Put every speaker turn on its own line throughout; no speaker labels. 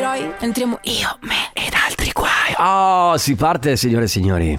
noi entriamo io, me ed altri guai.
Oh, si parte, signore e signori.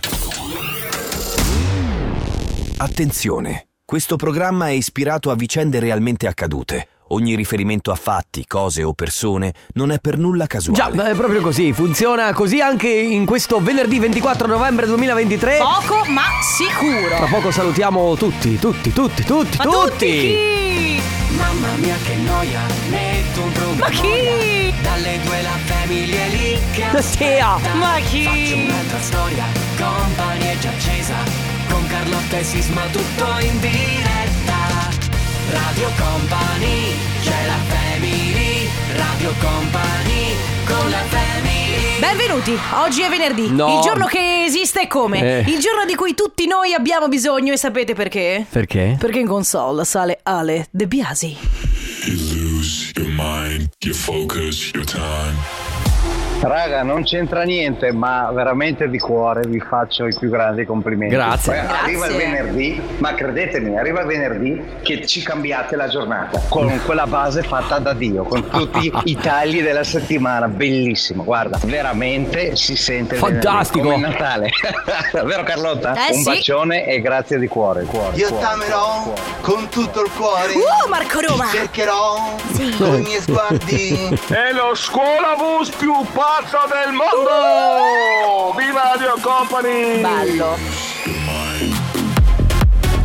Attenzione, questo programma è ispirato a vicende realmente accadute. Ogni riferimento a fatti, cose o persone non è per nulla
Già,
casuale.
è proprio così, funziona così anche in questo venerdì 24 novembre 2023.
Poco ma sicuro.
Tra poco salutiamo tutti, tutti, tutti, tutti,
Ma
tutti.
chi?
Mamma mia che noia, metto un promemoria
Ma chi?
Dalle due la famiglia è lì che
Sia.
aspetta.
Ma chi?
Faccio un'altra storia, company è già accesa Con Carlotta e Sisma tutto in diretta Radio Company, c'è la family Radio Company, con la family
Benvenuti, oggi è venerdì,
No.
il giorno che esiste e come,
Eh.
il giorno di cui tutti noi abbiamo bisogno e sapete perché?
Perché?
Perché in console sale Ale De Biasi.
You lose your mind, your focus, your time.
Raga, non c'entra niente, ma veramente di cuore vi faccio i più grandi complimenti.
Grazie.
Poi Arriva il
Grazie.
venerdì, ma credetemi, arriva il venerdì che ci cambiate la giornata
Mm.
con quella base fatta da Dio, con tutti i tagli della settimana. Bellissimo, guarda, veramente si sente il venerdì,
Fantastico.
come il Natale. Vero Carlotta?
Eh,
Un
sì.
bacione e grazie di cuore. cuore
Io
cuore,
t'amerò
cuore, cuore.
con tutto il cuore.
Uh, Marco Roma!
Ti cercherò con i miei sguardi.
È lo scuolavus più pazzo del mondo! Viva Radio Company!
Ballo.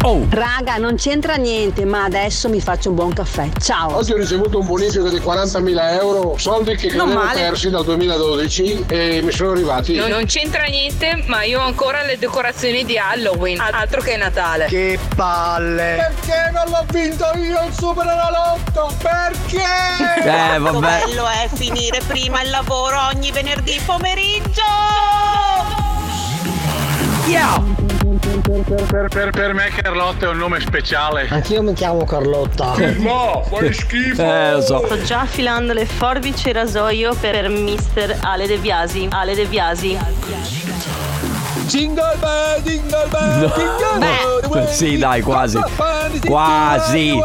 Oh,
Raga, non c'entra niente, ma adesso mi faccio un buon caffè. Ciao.
Oggi ho ricevuto un bonifico di 40.000 euro, soldi che
Non
avevo
male.
persi dal 2012 e mi sono arrivati.
No, non c'entra niente, ma io ho ancora le decorazioni di Halloween, al- altro che Natale.
Che palle!
Perché non l'ho vinto io il Superenalotto? Perché?
eh, vabbè.
è finire prima il lavoro ogni venerdì pomeriggio.
Yeah.
Per, per, per me Carlotta è un nome speciale.
Anch'io mi chiamo Carlotta.
No, fai schifo!
Eh, lo so.
Sto già affilando le forbici e rasoio per Mister Ale De Biasi. Ale De Biasi.
Jingle bell, jingle bell,
No.
jingle
Beh.
bell.
Sì, dai, quasi. Quasi.
Quasi.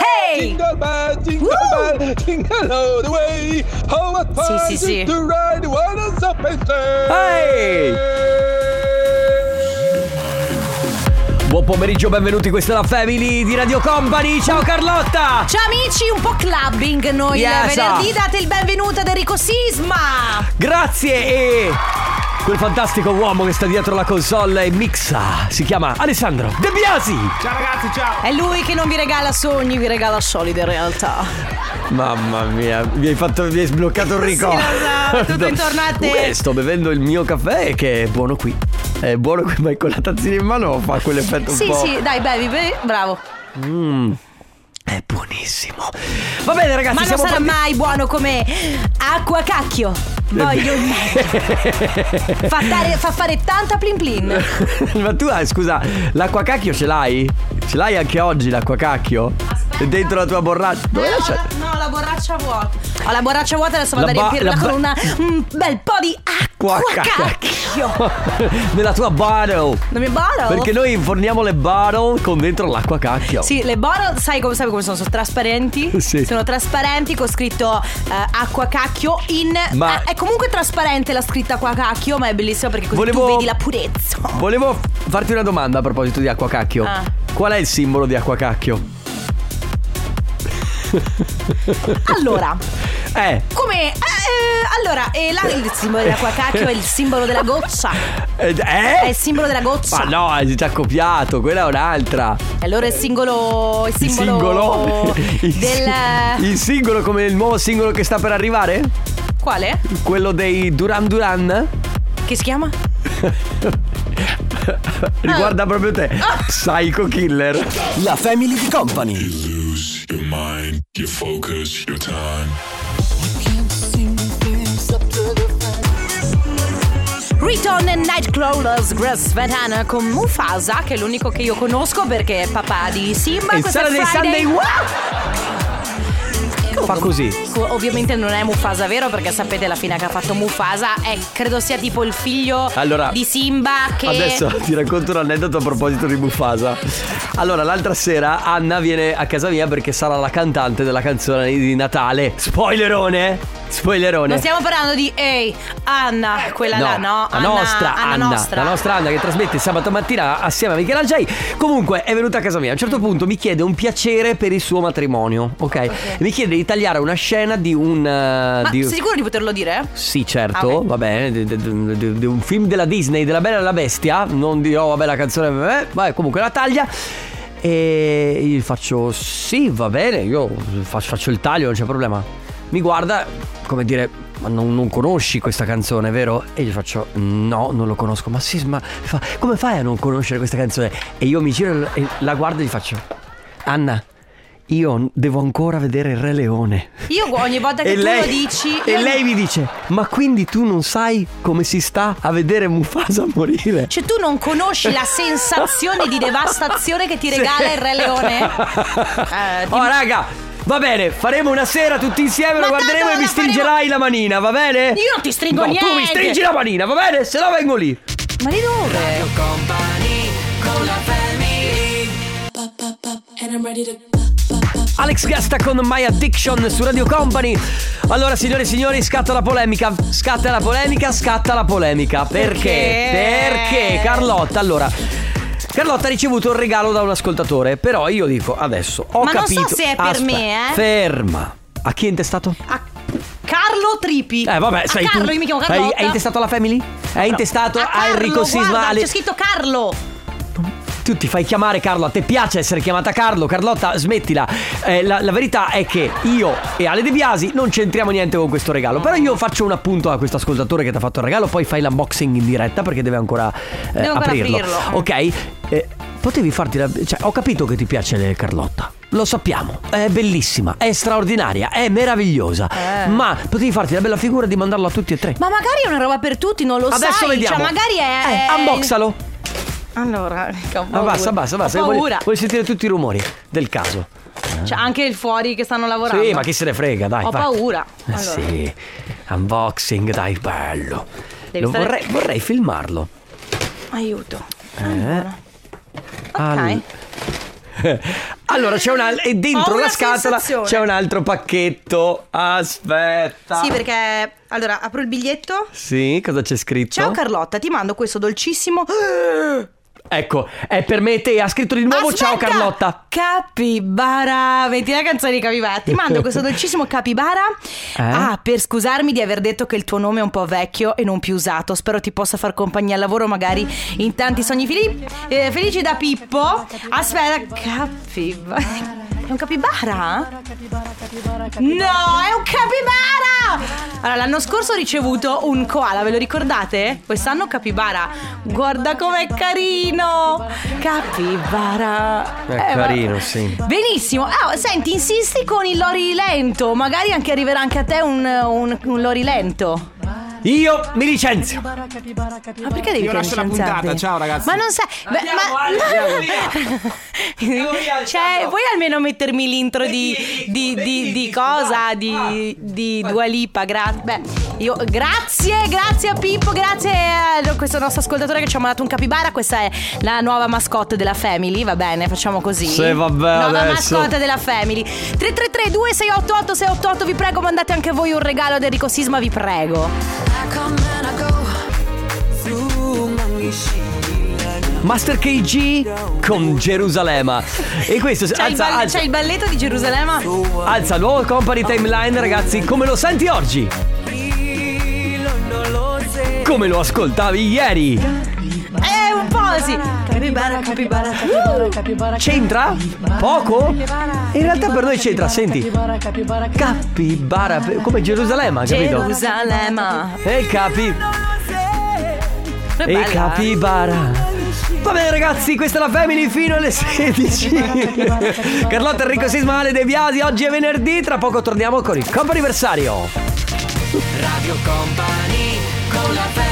Hey! Jingle bell, jingle
Woo!
bell, jingle all the way. Oh, How much fun
Sì,
it
sì, sì.
is to ride one horse open sleigh.
Hey! Buon pomeriggio, benvenuti, questa è la Family di Radio Company. Ciao Carlotta!
Ciao amici, un po' clubbing noi
Yes.
il venerdì, date il benvenuto ad Enrico Sisma.
Grazie e quel fantastico uomo che sta dietro la console e mixa. Si chiama Alessandro De Biasi.
È lui che non vi regala sogni, vi regala solide realtà.
Mamma mia, mi hai fatto mi hai sbloccato il ricordo.
lo so, tutto intorno a te.
Comunque sto bevendo il mio caffè che è buono qui. È buono qui, ma con la tazzina in mano fa quell'effetto un
sì,
po'.
sì, dai, bevi, bevi, bravo.
È buonissimo. Va bene ragazzi,
Ma non
siamo
sarà
partiti-
mai buono come acqua cacchio.
Eh,
Voglio il meglio. fa, dare- fa fare tanta plin
Eh,
plin.
Ma tu hai, scusa, l'acqua cacchio ce l'hai? Ce l'hai anche oggi l'acqua cacchio? È dentro la tua borraccia. Dove
Eh,
la
ho
c'è?
la- no, la borraccia vuota. Ho la borraccia vuota, adesso
La
vado a
ba-
riempirla
la ba-
con una- un bel po' di acqua.
Acqua
cacchio.
Nella tua bottle.
Non mi baro?
Perché noi inforniamo le bottle con dentro l'acqua cacchio.
Sì, le bottle, sai come, sai come sono? Sono trasparenti.
Sì.
Sono trasparenti con scritto eh, acqua cacchio in...
Ma-
eh, è comunque trasparente la scritta acqua cacchio, ma è bellissima perché così
Volevo-
tu vedi la purezza.
Volevo f- farti una domanda a proposito di acqua cacchio.
Ah.
Qual è il simbolo di acqua cacchio?
Allora,
Eh,
come... eh, eh, allora, eh, là il simbolo dell'acqua cacchio è il simbolo della goccia.
eh,
È il
eh?
simbolo della
Ma
goccia.
no, eh, ti ha copiato, quella è un'altra.
E allora il singolo. Il eh,
Il singolo.
singolo.
Il,
del.
il singolo come il nuovo singolo che sta per arrivare?
Quale?
Quello dei Duran
Ah.
Duran?
Che si chiama?
Riguarda proprio te.
Ah.
Psycho Killer.
La family di company.
You lose your mind, your focus, your time.
Riton and Nightcrawlers Grass Vetana con Mufasa, che è l'unico che io conosco perché è papà di Simba.
E
Questo è
Saturday
Friday.
Sunday, wow! Fa così.
Cu- Ecco, Ovviamente non è Mufasa, vero? Perché sapete la fine che ha fatto Mufasa. È, credo sia tipo il figlio
Allora,
di Simba che.
Adesso ti racconto un aneddoto a proposito di Mufasa. Allora, l'altra sera Anna viene a casa mia perché sarà la cantante della canzone di Natale. Spoilerone! eh? Spoilerone!
Non stiamo parlando di Ehi, Anna, quella là, no?
Eh, la nostra Anna, la nostra Anna che trasmette sabato mattina assieme a Michelangelo. Comunque è venuta a casa mia. A un certo punto mi chiede un piacere per il suo matrimonio, ok? Mi chiede di tagliare una scena di un. eh,
Ma
di-
sei sicuro di poterlo dire?
Sì, certo, va bene, di, di- di- di- di un film della Disney, della Bella e la Bestia, non dirò vabbè la canzone, vabbè, vabbè, comunque la taglia. E gli faccio sì, va bene, io faccio, faccio il taglio, non c'è problema. Mi guarda, come dire, ma non, non conosci questa canzone, vero? E gli faccio no, non lo conosco, ma sì, ma fa- come fai a non conoscere questa canzone? E io mi giro e la guardo e gli faccio, Anna, io devo ancora vedere il Re Leone.
Io ogni volta che tu lo dici.
E
io-
lei mi dice: Ma quindi tu non sai come si sta a vedere Mufasa morire?
Cioè, tu non conosci la sensazione di devastazione che ti regala il Re Leone? Eh,
oh, raga, va bene, faremo una sera tutti insieme, lo guarderemo e mi stringerai la manina, va bene?
Io non ti stringo
no,
niente.
Tu mi stringi la manina, va bene? Se no vengo lì.
Ma di dove?
Alex Gasta con My Addiction su Radio Company. Allora, signore e signori, scatta la polemica. Scatta la polemica, scatta la polemica. Perché?
Perché?
Perché Carlotta, allora. Carlotta ha ricevuto un regalo da un ascoltatore, però io dico adesso ho
Ma non so
capito.
se è per
Aspetta,
me, eh.
Ferma. A chi è intestato?
A Carlo Tripi.
Eh vabbè,
a
sai
Carlo,
tu.
io mi chiamo
Hai,
Carlotta.
hai intestato alla Family? Hai intestato a,
Carlo,
Enrico Sisma?
guarda,
Ale-
C'è scritto Carlo.
tu ti fai chiamare Carlo, a te piace essere chiamata Carlo, Carlotta smettila. Eh, la, la verità è che io e Ale De Biasi non c'entriamo niente con questo regalo, però io faccio un appunto a questo ascoltatore che ti ha fatto il regalo, poi fai l'unboxing in diretta perché deve ancora eh,
Devo ancora
aprirlo.
aprirlo.
Ok? Eh, potevi farti la... cioè ho capito che ti piace le Carlotta. Lo sappiamo, è bellissima, è straordinaria, è meravigliosa.
Eh.
Ma potevi farti la bella figura di mandarlo a tutti e tre.
Ma magari è una roba per tutti, non lo so.
Adesso
sai.
vediamo.
Cioè, magari è.
Eh, unboxalo.
Allora, che ho
Ma
paura.
basta, basta, basta.
Ho
che
paura.
Voglio, voglio sentire tutti i rumori del caso.
Cioè, anche il fuori che stanno lavorando.
Sì, ma chi se ne frega, dai.
Ho
vai.
paura.
Eh
Allora.
Sì, unboxing, dai, bello.
Devi
Lo
stare-
vorrei, vorrei filmarlo.
Aiuto.
Eh. Al- Allora c'è una. E dentro
Ho una
la scatola
sensazione.
c'è un altro pacchetto. Aspetta.
Sì, perché. Allora, apro il biglietto.
Sì, cosa c'è scritto?
Ciao Carlotta, ti mando questo dolcissimo.
Ecco, è per me e te. Ha scritto di nuovo ciao
Ah, Aspetta!
Carlotta.
Capibara, vedi la canzone di Capibara. Ti mando questo dolcissimo Capibara.
Eh?
Ah, per scusarmi di aver detto che il tuo nome è un po' vecchio e non più usato. Spero ti possa far compagnia al lavoro, magari in tanti sogni fili- eh, felici da Pippo. Aspetta, Capibara. È un capibara? No, è un capibara! Allora, l'anno scorso ho ricevuto un koala, ve lo ricordate? Quest'anno capibara. Guarda com'è carino! Capibara.
È
Eh, ma-
carino, sì.
Benissimo, Ah, senti, insisti con il lori lento, magari anche arriverà anche a te un, un, un lori lento.
Io mi licenzio.
Ma perché devi Io lascio la puntata, ciao ragazzi. eh, Ma non sai... beh, ma- cioè, vuoi almeno mettermi l'intro di, di, di- di cosa? Di, di Dua Lipa, grazie. Beh, io grazie, grazie a Pippo, grazie a questo nostro ascoltatore che ci ha mandato un capibara. Questa è la nuova mascotte della Family, va bene, facciamo così.
Sì, vabbè,
Nuova
adesso.
mascotte della Family. 333 2688 688, vi prego, mandate anche voi un regalo ad Enrico Sisma, vi prego.
Master KG con Gerusalema. E questo
C'è, il,
alza,
bal-
alza,
c'è il balletto di Gerusalemme?
alza il nuovo company timeline, ragazzi. Come lo senti oggi? Come lo ascoltavi ieri?
È un po' sì. Capibara, capibara, capibara, capibara.
C'entra? Poco? In realtà per noi c'entra, senti. Capibara, come Gerusalema, capito?
Gerusalemme.
E capi.
È
E
bella, eh?
capibara. Va bene ragazzi, questa è la Family fino alle 16. Carlotta Enrico Sismale De Biasi, oggi è venerdì, tra poco torniamo con il comp anniversario.
Radio Company con la family.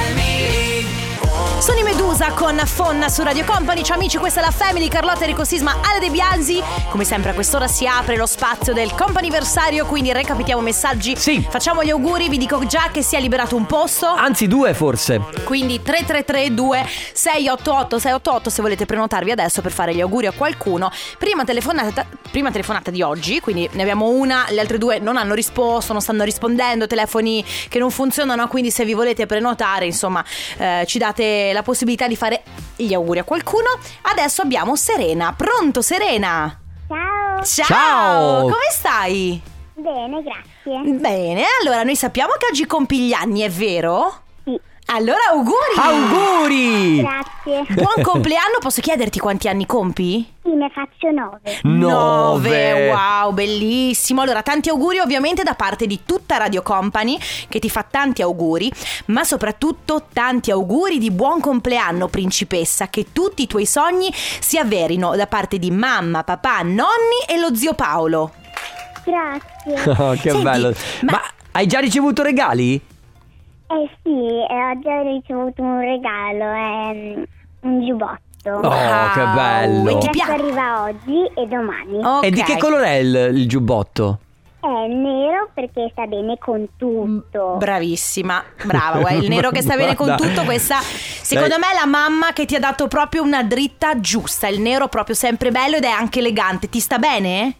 Sono i Medusa con Fonna su Radio Company. Ciao amici, questa è la Family Carlotta Enrico Sisma, Ale De Bianzi. Come sempre a quest'ora si apre lo spazio del companiversario, quindi recapitiamo messaggi. Sì. Facciamo gli auguri, vi dico già che si è liberato un posto.
Anzi, due forse.
Quindi 333 688 688 se volete prenotarvi adesso per fare gli auguri a qualcuno. Prima telefonata, prima telefonata di oggi, quindi ne abbiamo una, le altre due non hanno risposto, non stanno rispondendo, telefoni che non funzionano, quindi se vi volete prenotare, insomma, eh, ci date la possibilità di fare gli auguri a qualcuno. Adesso abbiamo Serena. Pronto Serena?
Ciao.
Ciao!
Ciao.
Come stai?
Bene, grazie.
Bene, allora noi sappiamo che oggi compi gli anni, è vero?
Sì.
Allora auguri!
Auguri!
Grazie.
Buon compleanno, posso chiederti quanti anni compi?
Sì, ne faccio nove.
Nove, Wow, bellissimo. Allora, tanti auguri ovviamente da parte di tutta Radio Company che ti fa tanti auguri, ma soprattutto tanti auguri di buon compleanno, principessa, che tutti i tuoi sogni si avverino da parte di mamma, papà, nonni e lo zio Paolo.
Grazie.
Oh, che
Senti,
bello.
ma-
Ma... hai già ricevuto regali?
Eh sì, eh, ho già ricevuto un regalo, ehm, un giubbotto.
Oh, che bello.
E ti
Questo
piace?
arriva oggi e domani.
Oh.
E di
Ok.
che colore è il, il giubbotto?
È nero perché sta bene con tutto.
Mm,
Bravissima, brava, guarda, il nero che sta bene con
Guarda.
tutto, questa secondo
Dai.
me è la mamma che ti ha dato proprio una dritta giusta, il nero proprio sempre bello ed è anche elegante, ti sta bene?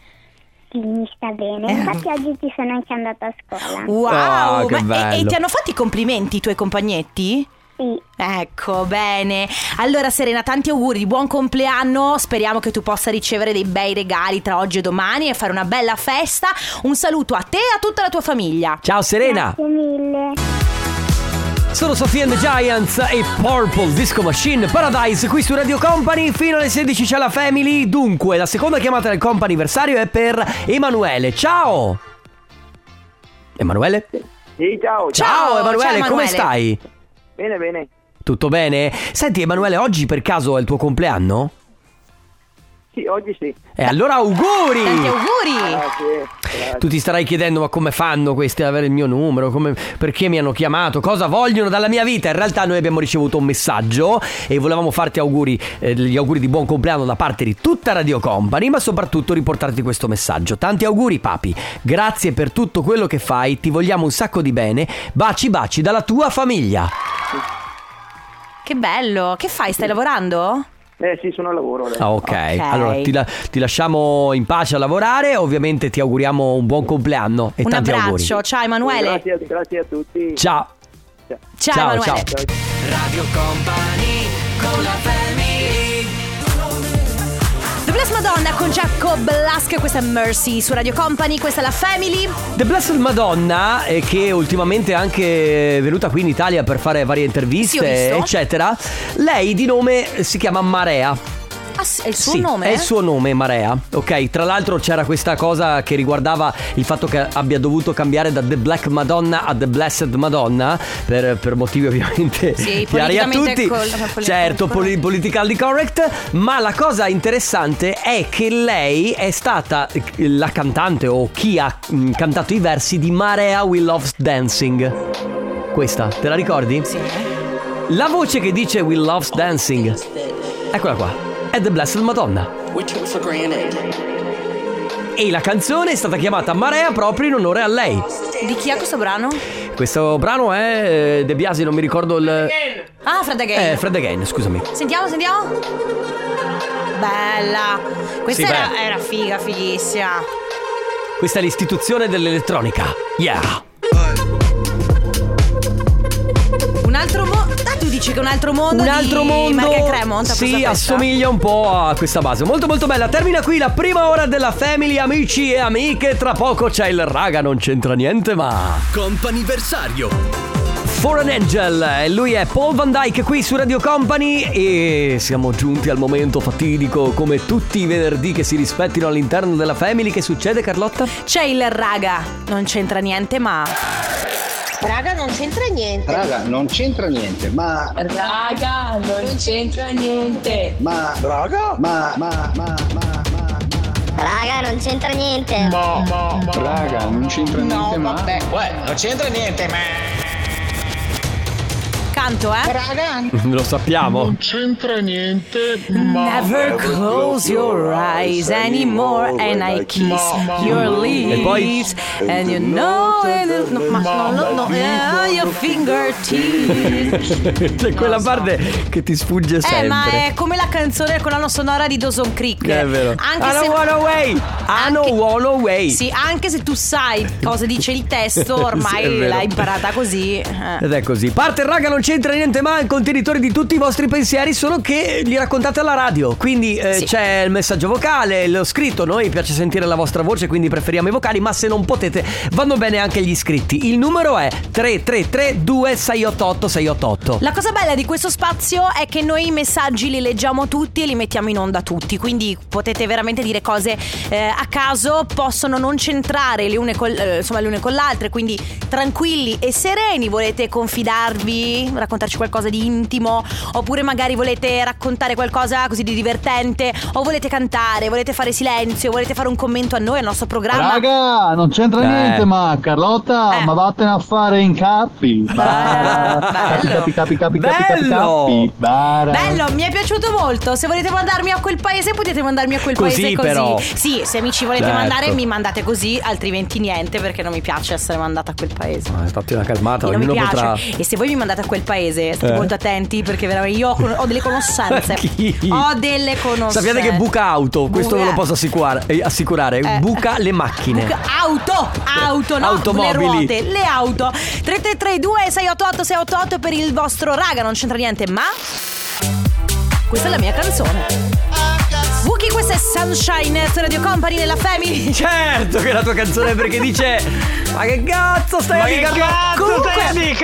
sì, mi sta
Eh.
bene. Infatti oggi ci sono anche andata a scuola.
Wow,
Oh, che
ma- e- e,
bello.
ti hanno fatto i complimenti i tuoi compagnetti?
Sì,
Ecco, bene. Allora Serena, tanti auguri, buon compleanno, speriamo che tu possa ricevere dei bei regali tra oggi e domani e fare una bella festa. Un saluto a te e a tutta la tua famiglia.
Ciao Serena,
grazie mille.
sono Sofia and the Giants e Purple Disco Machine Paradise qui su Radio Company. Fino alle 16 c'è la Family. Dunque, la seconda chiamata del comp anniversario è per Emanuele. Ciao! Emanuele?
Sì, ciao.
Ciao,
Emanuele,
ciao, Emanuele.
come stai?
Bene, bene.
Tutto bene? Senti Emanuele, oggi per caso è il tuo compleanno?
Sì, oggi sì.
E allora
Tanti
auguri!
auguri.
Grazie.
Tu ti starai chiedendo ma come fanno questi ad avere il mio numero, Come- perché mi hanno chiamato, cosa vogliono dalla mia vita. In realtà noi abbiamo ricevuto un messaggio e volevamo farti auguri, eh, gli auguri di buon compleanno da parte di tutta Radio Company, ma soprattutto riportarti questo messaggio. Tanti auguri papi, grazie per tutto quello che fai, ti vogliamo un sacco di bene, baci baci dalla tua famiglia.
Che bello. Che fai? Stai lavorando?
Eh sì, sono al lavoro adesso.
Ah, ok.
Ok.
Allora ti, la- ti lasciamo in pace a lavorare. Ovviamente ti auguriamo un buon compleanno e
Un
tanti
abbraccio.
auguri. Ciao,
Ciao Emanuele.
Grazie, grazie a tutti.
ciao,
Ciao, Emanuele.
ciao.
The Bless Madonna con Giacomo Blask, questa è Mercy su Radio Company, questa è la Family.
The Blessed Madonna, eh, che ultimamente è anche venuta qui in Italia per fare varie
Sì, ho
interviste,
visto.
eccetera. Lei di nome eh, si chiama Marea.
Ah, sì, è il suo
Sì,
nome?
È il suo nome, Marea. Ok, tra l'altro c'era questa cosa che riguardava il fatto che abbia dovuto cambiare da The Black Madonna a The Blessed Madonna, per, per motivi ovviamente
Sì,
chiari a
politicamente
tutti.
col- poli-
certo,
col-
poli- politically correct. Ma la cosa interessante è che lei è stata la cantante o chi ha mm, cantato i versi di Marea We Loves Dancing. Questa, te la ricordi?
Sì. eh.
La voce che dice We Loves Dancing. Eccola qua. È The Blessed Madonna. E la canzone è stata chiamata Marea proprio in onore a lei.
Di chi è questo brano?
Questo brano è eh, De Biasi, non mi ricordo il.
Ah, Fred Again.
Eh, Fred Again, scusami.
Sentiamo, sentiamo. Bella. Questa
Sì,
era,
beh.
era figa, fighissima.
Questa è l'istituzione dell'elettronica. Yeah.
Un altro mondo. Ah, tu dici che un altro
Un
mondo di
altro mondo.
Michael Cremont ha
sì,
questa festa?
assomiglia un po' a questa base. Molto molto bella. Termina qui la prima ora della Family, amici e amiche. Tra poco c'è il raga, non c'entra niente, ma.
Comp'anniversario
Foreign Angel, e lui è Paul Van Dyke qui su Radio Company e siamo giunti al momento fatidico come tutti i venerdì che si rispettino all'interno della Family. Che succede Carlotta?
C'è il raga. Non c'entra niente, ma.
Raga, non c'entra niente.
Raga, non c'entra niente, ma.
Raga, non c'entra niente.
Ma. Raga? Ma, ma, ma, ma, ma.
Raga, non c'entra
Raga,
niente.
non c'entra niente, ma.
Cazzo, accanto, eh? Raga.
Lo sappiamo.
c'entra niente. Never close your eyes anymore and I kiss your
E poi?
lips and you know and no, ma no, no, no, eh, your fingertips.
C'è quella parte che ti sfugge sempre.
Eh, ma è come la canzone del colonna sonora di Dawson Creek.
È vero.
Anche
I
se
don't wanna wait. I don't wanna wait.
Sì, anche se tu sai cosa dice il testo,
Sì,
ormai
è vero.
l'hai imparata così. eh.
Ed è così. Parte il raga, non c'entra niente, ma il contenitore di tutti i vostri pensieri sono che li raccontate alla radio. Quindi eh, c'è il messaggio vocale, lo scritto. Noi piace sentire la vostra voce, quindi preferiamo i vocali, ma se non potete vanno bene anche gli iscritti. Il numero è 333 2688 688.
La cosa bella di questo spazio è che noi i messaggi li leggiamo tutti e li mettiamo in onda tutti, quindi potete veramente dire cose eh, a caso, possono non c'entrare le une, col, eh, insomma, le une con le altre, quindi tranquilli e sereni, volete confidarvi, raccontarci qualcosa di intimo, oppure magari volete raccontare qualcosa così di divertente, o volete cantare, volete fare silenzio, volete fare un commento a noi, al nostro programma.
Raga, non c'entra
Eh.
niente, ma Carlotta, ma vattene a fare in cappi. Capi, capi, capi, capi, capi, capi,
Ah, Bello.
capi. Bara.
Bello, mi è piaciuto molto. Se volete mandarmi a quel paese, potete mandarmi a quel
Così,
paese così.
però.
Sì, se mi ci volete
Certo.
mandare, mi mandate così, altrimenti niente, perché non mi piace essere mandata a quel paese.
Ma fatti Ah, una calmata,
non mi
ognuno
piace.
potrà.
E se voi mi mandate a quel paese, state
Eh.
molto attenti, perché veramente io ho, ho delle conoscenze.
Anch'io.
ho delle conoscenze.
Sappiate che buca auto, questo
Buca-
ve lo posso assicurare, eh, assicurare,
Eh.
buca le macchine.
Buca- Auto, auto, no?
Automobili.
Le ruote, le auto. 3332 688 688 per il vostro raga, non c'entra niente, ma questa è la mia canzone. Wookie, questa è Sunshine su Radio Company nella Family.
Certo che è la tua canzone perché dice Ma che cazzo stai
Ma
a dire,
che
Carlo-
cazzo
Comunque-
stai a dire,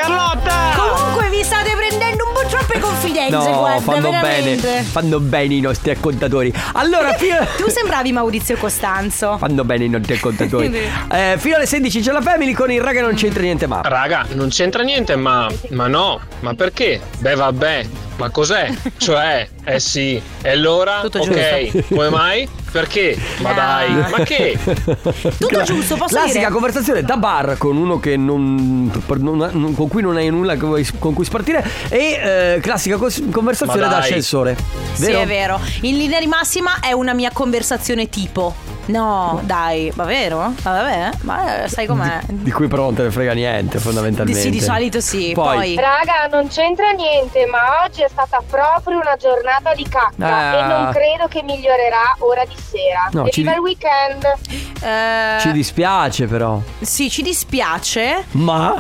Comunque vi state prendendo un po' troppe confidenze,
No,
guarda,
fanno
veramente.
bene, fanno bene i nostri accontatori. Allora, fino...
Tu sembravi Maurizio Costanzo.
fanno bene i nostri accontatori. Eh, fino alle 16 c'è la Family con il raga non c'entra niente ma.
Raga, non c'entra niente, ma, ma no, ma perché? Beh, vabbè, ma cos'è? Cioè, eh sì, e allora?
Tutto
ok,
giusto.
come mai? Perché? Ma
Ah.
dai, ma che?
Tutto giusto, posso
Classica
dire?
conversazione da bar con uno che non, per- non- non- con cui non hai nulla che vuoi- con cui spartire e eh, classica cos- conversazione
Ma
da
dai.
ascensore.
Sì, è vero. In linea di massima è una mia conversazione tipo. No, dai, ma vero? Ma vabbè, ma eh, sai com'è?
Di cui però non te ne frega niente, fondamentalmente.
Sì, di solito sì. Poi.
Raga, non c'entra niente, ma oggi è stata proprio una giornata di cacca
Ah.
e non credo che migliorerà ora di sera.
No,
e
ci-
viva il weekend!
Ci dispiace però.
eh, Sì, ci dispiace,
Ma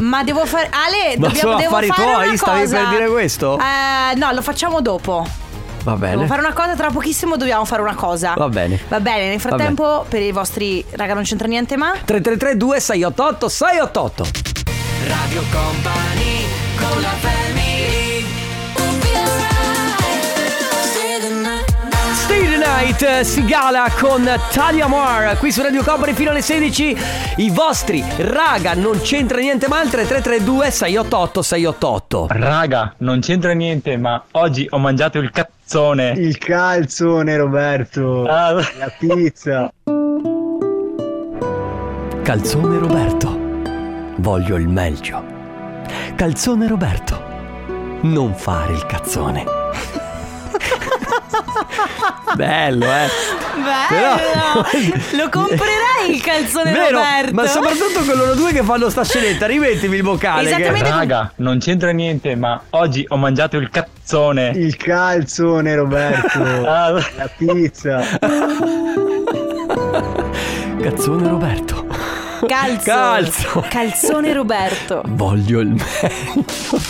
ma devo fare. Ale,
Ma
dobbiamo
sono
devo
affari
fare
tuoi?
una
Stavi
cosa.
per dire questo?
Eh, no, lo facciamo dopo.
va
Devo
bene.
fare una cosa, tra pochissimo dobbiamo fare una cosa.
Va bene.
Va bene, nel
bene.
frattempo, per i vostri. Raga, non c'entra niente, ma.
333 2688 688.
Radio Company con la family
Stay the night eh, Sigala con Talia Moore qui su Radio Company fino alle 16 i vostri raga non c'entra niente ma al 3332 688 688
Raga, non c'entra niente, ma oggi ho mangiato il cazzone. Il calzone, Roberto. La pizza.
Calzone Roberto voglio il meglio Calzone Roberto non fare il cazzone Bello eh
Bello! Eh, Lo comprerei il calzone
Vero,
Roberto.
ma soprattutto con loro due che fanno sta scenetta, rimettimi il vocale.
Esattamente
che...
come-
Raga, non c'entra niente, ma oggi ho mangiato il cazzone. Il calzone, Roberto. La pizza.
Cazzone Roberto.
Calzo.
Calzo.
Calzone Roberto.
Voglio il meglio.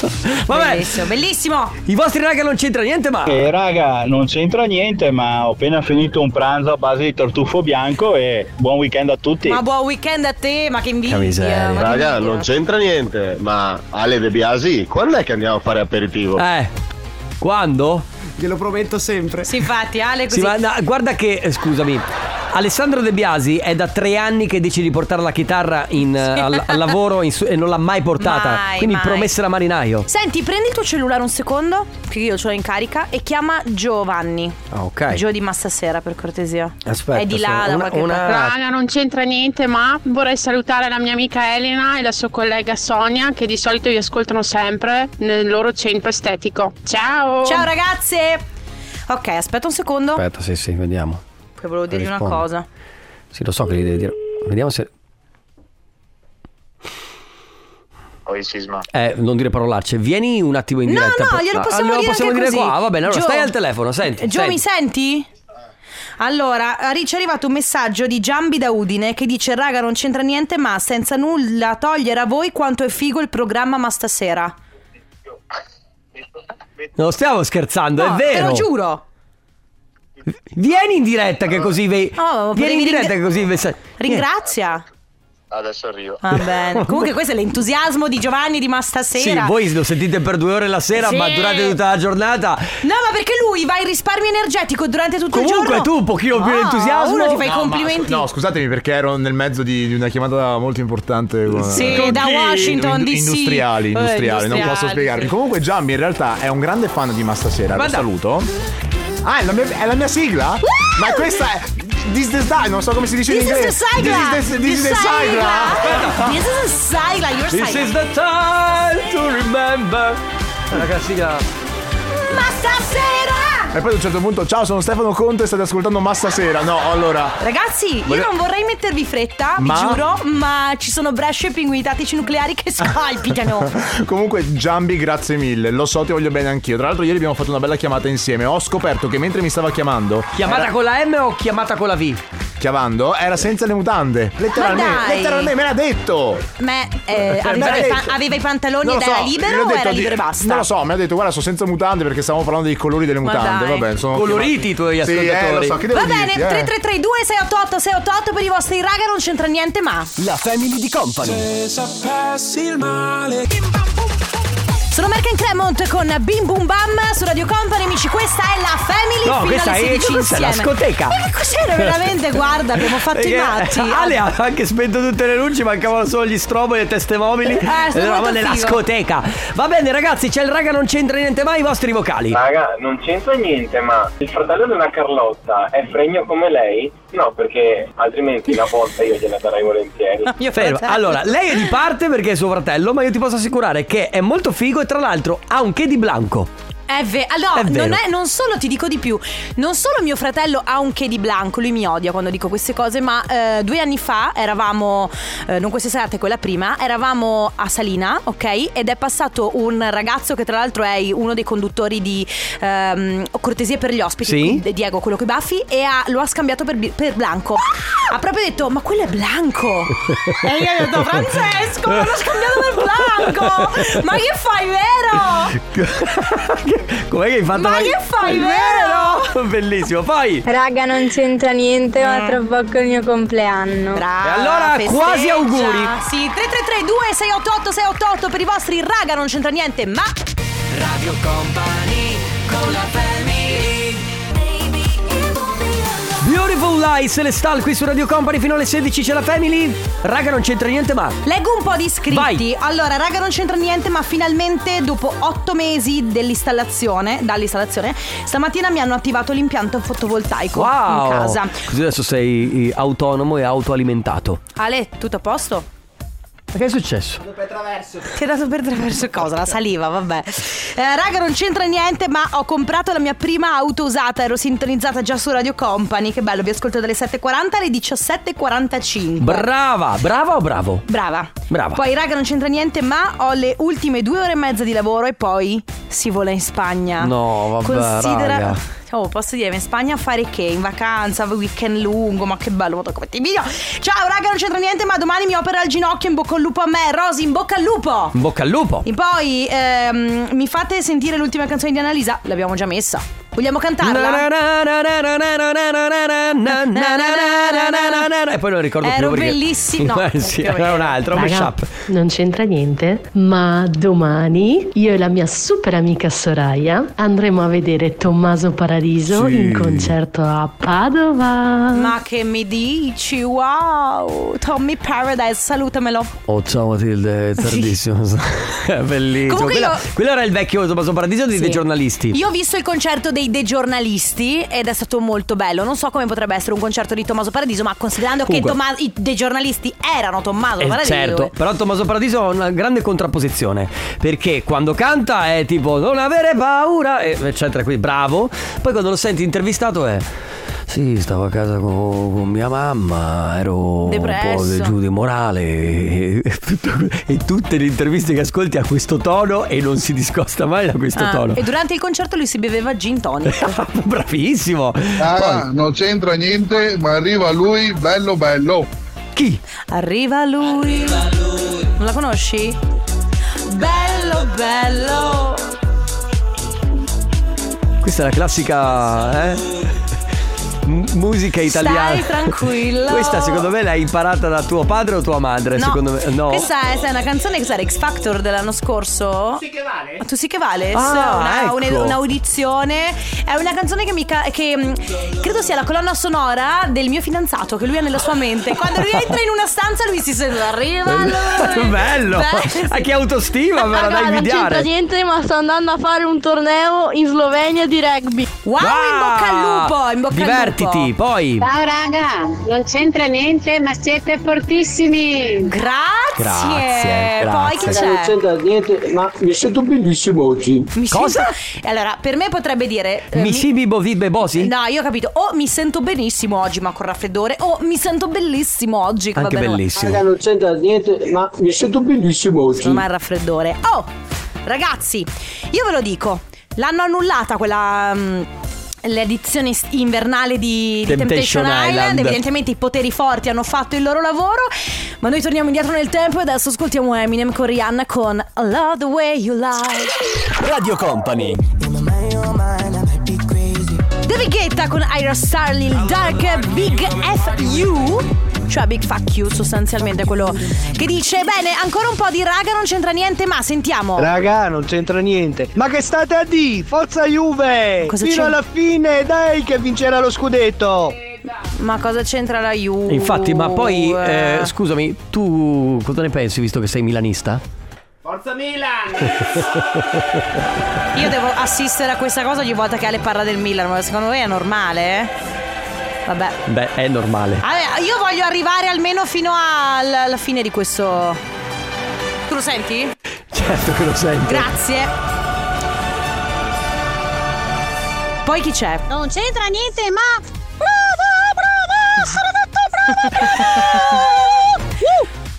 Vabbè.
Bellissimo, bellissimo.
I vostri raga non c'entra niente, ma.
Eh raga, non c'entra niente, ma ho appena finito un pranzo a base di tartufo bianco e buon weekend a tutti.
Ma buon weekend a te, ma che invidia. ma che
Raga,
invidia.
non c'entra niente, ma Ale De Biasi, quando è che andiamo a fare aperitivo?
Eh, quando?
Glielo prometto sempre.
Sì, infatti, Ale
Sì,
così.
ma no, guarda che, eh, scusami. Alessandro De Biasi è da tre anni che dice di portare la chitarra in, eh, al, al lavoro in su- e non l'ha mai portata.
Mai,
Quindi
mai.
promessa da marinaio.
Senti, prendi il tuo cellulare un secondo, che io ce l'ho in carica, e chiama Giovanni.
Ah, ok.
Gio di Massasera, per cortesia.
Aspetta,
È di là,
sono-
da
una-
qualche
una-
parte.
Raga, non c'entra niente, ma vorrei salutare la mia amica Elena e la sua collega Sonia, che di solito vi ascoltano sempre nel loro centro estetico. Ciao!
Ciao ragazze! Ok, aspetta un secondo,
Aspetta, sì, sì, vediamo.
che volevo dirvi una
Rispondo.
cosa.
Sì, lo so che gli devi dire. Vediamo se.
Poi sisma.
Eh, non dire parolacce. Vieni un attimo in
No,
diretta.
no,
per-
glielo
Ah,
possiamo
glielo
dire anche
dire
così.
qua. Ah, va bene, allora
Gio.
stai al telefono, senti.
Gio, mi
senti.
senti? Allora, Ricci, è arrivato un messaggio di Giambi da Udine che dice Raga, non c'entra niente, ma senza nulla togliere a voi quanto è figo il programma ma stasera.
Non stiamo scherzando,
No,
è vero.
Te lo giuro.
Vieni in diretta che così vei...
Oh, ma
Vieni in
potevi
diretta che così vei...
Ringrazia.
Adesso arrivo.
Va bene. Comunque questo è l'entusiasmo di Giovanni di ma stasera.
Sì, voi lo sentite per due ore la sera,
Sì.
ma durante tutta la giornata.
No, ma perché lui va in risparmio energetico durante tutto il
Comunque
giorno.
tu un pochino più
No,
entusiasmo.
Uno ti fa i
No, ma-
complimenti.
no, scusatemi perché ero nel mezzo di, di una chiamata molto importante. con-
Sì,
con
da
chi?
Washington,
Ind-
DC.
Industriali,
Eh,
industriali, non
industriali,
posso
sì.
spiegarvi. Comunque Giambi in realtà è un grande fan di Ma stasera, lo Ma da- saluto. Ah, è la mia, è la mia sigla? Ma questa è... This is the- non so come si dice
This
in
is
inglese.
the sigla.
This is the, this is the sigla.
This is the sigla. Your
This
sigla.
is the time to remember. Ragazzi,
Ma stasera!
E poi ad un certo punto, ciao, sono Stefano Conte, state ascoltando Ma stasera. No, allora...
Ragazzi, io
Vole-
non vorrei mettervi fretta,
Ma?
vi giuro, ma ci sono bresce e pinguini tattici nucleari che scalpitano.
Comunque, Giambi, grazie mille. Lo so, ti voglio bene anch'io. Tra l'altro, ieri abbiamo fatto una bella chiamata insieme. Ho scoperto che mentre mi stava chiamando.
Chiamata con la M o chiamata con la V?
Chiamando, era senza le mutande.
Ma
Letteralmente,
dai.
letteralmente, me l'ha detto.
Ma eh, aveva,
Beh,
i pan- aveva i pantaloni
Non
ed
lo
era
so, gli
libero
ho
o
detto
era
di-
libero e
Non
basta?
lo so, mi ha detto, guarda, sono senza mutande perché stavamo parlando dei colori delle
Ma
mutande.
dai.
Vabbè, sono
Coloriti i tuoi
Sì, eh,
ascoltatori.
lo so, che devo
Va bene,
dirti, eh?
3332 688 688 per i vostri raga non c'entra niente ma.
La family di company.
il male.
Sono Merck and Cremont con Bim Bum Bam su Radio Company, amici, questa è la Family
No,
fino
questa
alle
è-
16
questa è la
insieme.
discoteca.
Ma che cos'era veramente? Guarda, abbiamo fatto
Perché
i matti.
Ale ha anche spento tutte le luci, mancavano solo gli stroboli e teste mobili.
Eh, sono
Ed eravamo
molto
nella
figo.
scoteca. Va bene, ragazzi, c'è il raga, non c'entra niente mai i vostri vocali.
Ah,
Raga, non c'entra niente, ma il fratello della Carlotta è fregno come lei? No, perché altrimenti una volta io gliela darei volentieri.
Ferma. Allora, lei è di parte perché è suo fratello, ma io ti posso assicurare che è molto figo e tra l'altro ha un che di blanco.
È ve- allora,
È
non,
vero.
è- non solo ti dico di più, non solo mio fratello ha un che di blanco, lui mi odia quando dico queste cose, ma eh, due anni fa eravamo, eh, non questa serata, quella prima, eravamo a Salina, ok? Ed è passato un ragazzo che tra l'altro è uno dei conduttori di ehm, Cortesie per gli ospiti,
Sì.
qui- Diego, quello con i baffi, e ha- lo ha scambiato per, bi- per blanco. Ha proprio detto, ma quello è blanco! e io gli ho detto, Francesco, ma l'ho scambiato per blanco! Ma che fai, vero?
Com'è che hai fatto?
Ma
la-
che fai,
È vero? Bellissimo. Poi. E
Raga, non c'entra niente, ma tra poco è il mio compleanno.
allora, quasi auguri.
Sì, 3332 688 688 per i vostri raga non c'entra niente, ma
Radio Company con la family.
Beautiful Lies, Celestal qui su Radio Company fino alle 16 c'è la Family. Raga, non c'entra niente ma.
leggo un po' di iscritti. Allora, raga, non c'entra niente, ma finalmente dopo otto mesi dell'installazione, dall'installazione, stamattina mi hanno attivato l'impianto fotovoltaico
Wow.
in casa.
Così adesso sei eh, autonomo e autoalimentato.
Ale, tutto a posto?
Ma che è successo?
Ti ha dato per traverso cosa? La saliva, vabbè. Eh, raga, non c'entra niente, ma ho comprato la mia prima auto usata. Ero sintonizzata già su Radio Company. Che bello, vi ascolto dalle 7.40 alle 17.45.
Brava, brava o bravo?
Brava.
Brava.
Poi, raga, non c'entra niente, ma ho le ultime due ore e mezza di lavoro e poi si vola in Spagna.
No, vabbè,
Considera.
raga.
Oh, posso dire, in Spagna a fare che? In vacanza, weekend lungo, ma che bello, vado come ti video. Ciao, raga, non c'entra niente, ma domani mi opera il ginocchio, in bocca al lupo a me, Rosy, in bocca al lupo.
In bocca al lupo.
E poi ehm, mi fate sentire l'ultima canzone di Annalisa? L'abbiamo già messa. Vogliamo cantarla?
E poi non ricordo
Ero
più perché...
bellissimo. No,
Eh, sì, era un altro, un
Raga,
mashup.
non c'entra niente, ma domani io e la mia super amica Soraya andremo a vedere Tommaso Paradiso in concerto a Padova.
Ma che mi dici? Wow! Tommy Paradise, salutamelo.
Oh ciao Matilde, è tardissimo. Bellissimo.
Comunque
Quello,
io-
quello era il vecchio Tommaso Paradiso dei,
Sì.
dei giornalisti.
Io ho visto il concerto dei De Giornalisti ed è stato molto bello. Non so come potrebbe essere un concerto di Tommaso Paradiso, ma considerando
Comunque-
che Toma- i De Giornalisti erano Tommaso
Eh,
Paradiso.
certo, però Tommaso Paradiso ha una grande contrapposizione perché quando canta è tipo non avere paura, e- eccetera, quindi bravo. Poi quando lo senti intervistato è sì, stavo a casa con, con mia mamma, ero un po'
Depresso.
giù di morale e, e tutto- e tutte le interviste che ascolti ha questo tono e non si discosta mai da questo
Ah,
tono.
e durante il concerto lui si beveva gin tonic.
Bravissimo!
Ah.
Cara, non c'entra niente, ma arriva lui, bello bello.
Chi?
Arriva lui. Non la conosci? Bello, bello.
Questa è la classica eh? M- musica italiana.
Stai tranquillo.
Questa secondo me l'hai imparata da tuo padre o tua madre?
No,
Eh, Secondo me no.
Questa è, sai, una canzone che sarà X Factor dell'anno scorso. Tu sì che vale? Tu sì che vale?
Ah,
una-
ecco.
une- un'audizione. È una canzone che mi ca- che mh, credo sia la colonna sonora del mio fidanzato che lui ha nella sua mente. Quando lui entra in una stanza lui si sente arriva lui.
Bello!
Beh, sì.
A che autostima però
Raga,
da
non c'entra
invidiare.
niente, ma sto andando a fare un torneo in Slovenia di rugby.
Wow, in bocca al lupo, in bocca
Ah! Divertiti,
al lupo.
poi.
Ciao raga, non c'entra niente, ma siete fortissimi.
Grazie.
Grazie,
Poi chi
grazie.
c'è?
niente, ma mi sento benissimo oggi.
Mi sento- Allora, per me potrebbe dire eh,
Mi si bibo vi bebosi?
No, io ho capito. O mi sento benissimo oggi, ma con raffreddore. O mi sento bellissimo oggi. che
Anche
va bene.
bellissimo.
Raga,
non c'entra niente, ma mi sento benissimo oggi.
Secondo me è il raffreddore. Oh, ragazzi, io ve lo dico. L'hanno annullata quella... mm, L'edizione s- invernale di, di
Temptation
Temptation, Island.
Island.
Evidentemente i poteri forti hanno fatto il loro lavoro. Ma noi torniamo indietro nel tempo e adesso ascoltiamo Eminem con Rihanna con I Love the Way You Lie.
Radio Company.
David Guetta con Ira Starlil Dark Big FU cioè Big Fuck You sostanzialmente quello che dice bene ancora un po' di raga non c'entra niente ma sentiamo
Raga, non c'entra niente. Ma che state a di? Forza
Eh,
Juve!
Cosa
Fino
c'è?
alla fine, dai che vincerà lo scudetto!
ma cosa c'entra la Juve
Infatti, ma poi
Uh,
eh, scusami, tu cosa ne pensi visto che sei milanista?
Forza Milan io devo assistere a questa cosa ogni volta che Ale parla del Milan ma secondo voi è normale? eh? vabbè
Beh, è normale.
Vabbè, io voglio arrivare almeno fino al- alla fine di questo tu lo senti?
Certo che lo sento.
Grazie. Poi chi c'è?
Non c'entra niente, ma. Brava, brava, sono detto brava,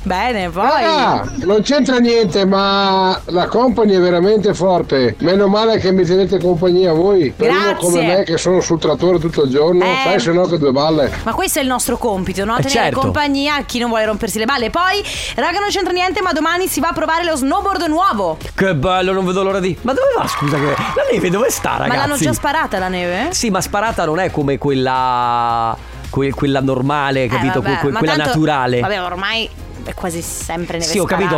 Bene,
poi.
non c'entra niente, ma la company è veramente forte. Meno male che mi tenete compagnia voi. Per uno
Grazie.
come me che sono sul trattore tutto il giorno,
Eh.
sai se no che due balle.
Ma questo è il nostro compito, no?
Eh,
Tenere
certo.
compagnia a chi non vuole rompersi le balle. Poi, raga, non c'entra niente, ma domani si va a provare lo snowboard nuovo.
Che bello, non vedo l'ora di. Ma dove va? Scusa, che. La neve dove sta, ragazzi?
Ma l'hanno già sparata la neve? eh?
Sì, ma sparata non è come quella. que- quella normale, capito?
Eh, vabbè,
Que- que-
ma
quella
tanto-
naturale.
Vabbè, ormai è quasi sempre neve
Sì, ho capito,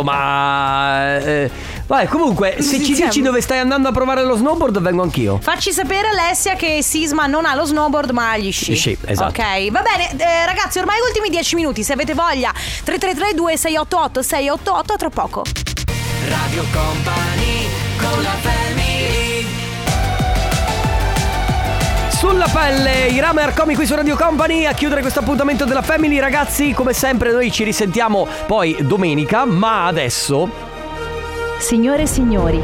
ma.
sparata.
eh, vabbè, comunque, se
Sì,
ci
sì,
dici
sì.
dove stai andando a provare lo snowboard, vengo anch'io.
Facci sapere Alessia che Sisma non ha lo snowboard ma ha gli sci.
Gli sci, esatto.
Ok, va bene, eh, ragazzi, ormai gli ultimi 10 minuti, se avete voglia, 3332 688 688 tra poco.
Radio Company con la family
Sulla pelle, i Ramer Comi qui su Radio Company a chiudere questo appuntamento della Family. Ragazzi, come sempre, noi ci risentiamo poi domenica, ma adesso.
Signore e signori,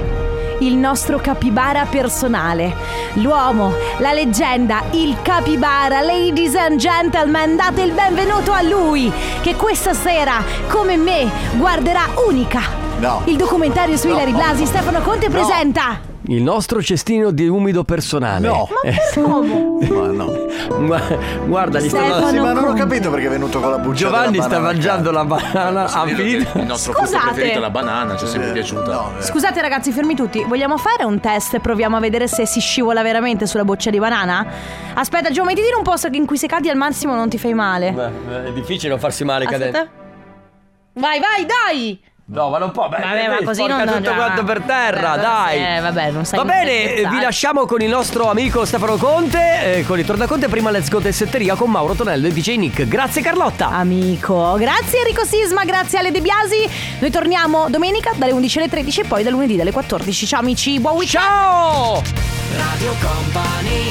il nostro capibara personale, l'uomo, la leggenda, il capibara, ladies and gentlemen, date il benvenuto a lui che questa sera, come me, guarderà unica.
No.
Il documentario su
No.
Ilari Blasi, Stefano Conte
No.
presenta
Il nostro cestino di umido personale.
No.
Eh,
Ma no.
ma- guarda, gli sta
Sì, ma non ho capito perché è venuto con la buccia.
Giovanni
della
sta
banana.
mangiando la banana, ha finito.
Il nostro gusto
Scusate.
preferito è la banana, ci è sempre piaciuta.
eh.
Scusate ragazzi, fermi tutti. Vogliamo fare un test e proviamo a vedere se si scivola veramente sulla boccia di banana? Aspetta, Gio, mettiti in un posto che in cui se cadi al massimo non ti fai male.
Beh, è difficile non farsi male cadendo.
Aspetta. Vai, vai, dai!
No, ma non può. Beh,
Vabbè, ma
dai,
così
sporca
non
tutto
no.
quanto per terra,
Vabbè,
dai.
eh, vabbè, non sai
Va
neanche
bene,
scherzare.
vi lasciamo con il nostro amico Stefano Conte, eh, con il tornaconte prima Let's Go Tessetteria con Mauro Tonello e DJ Nick. Grazie Carlotta.
Amico, grazie Enrico Sisma, grazie Ale De Biasi. Noi torniamo domenica dalle 11 alle 13 e poi da lunedì dalle 14. Ciao amici, buon weekend!
Ciao!
Radio Company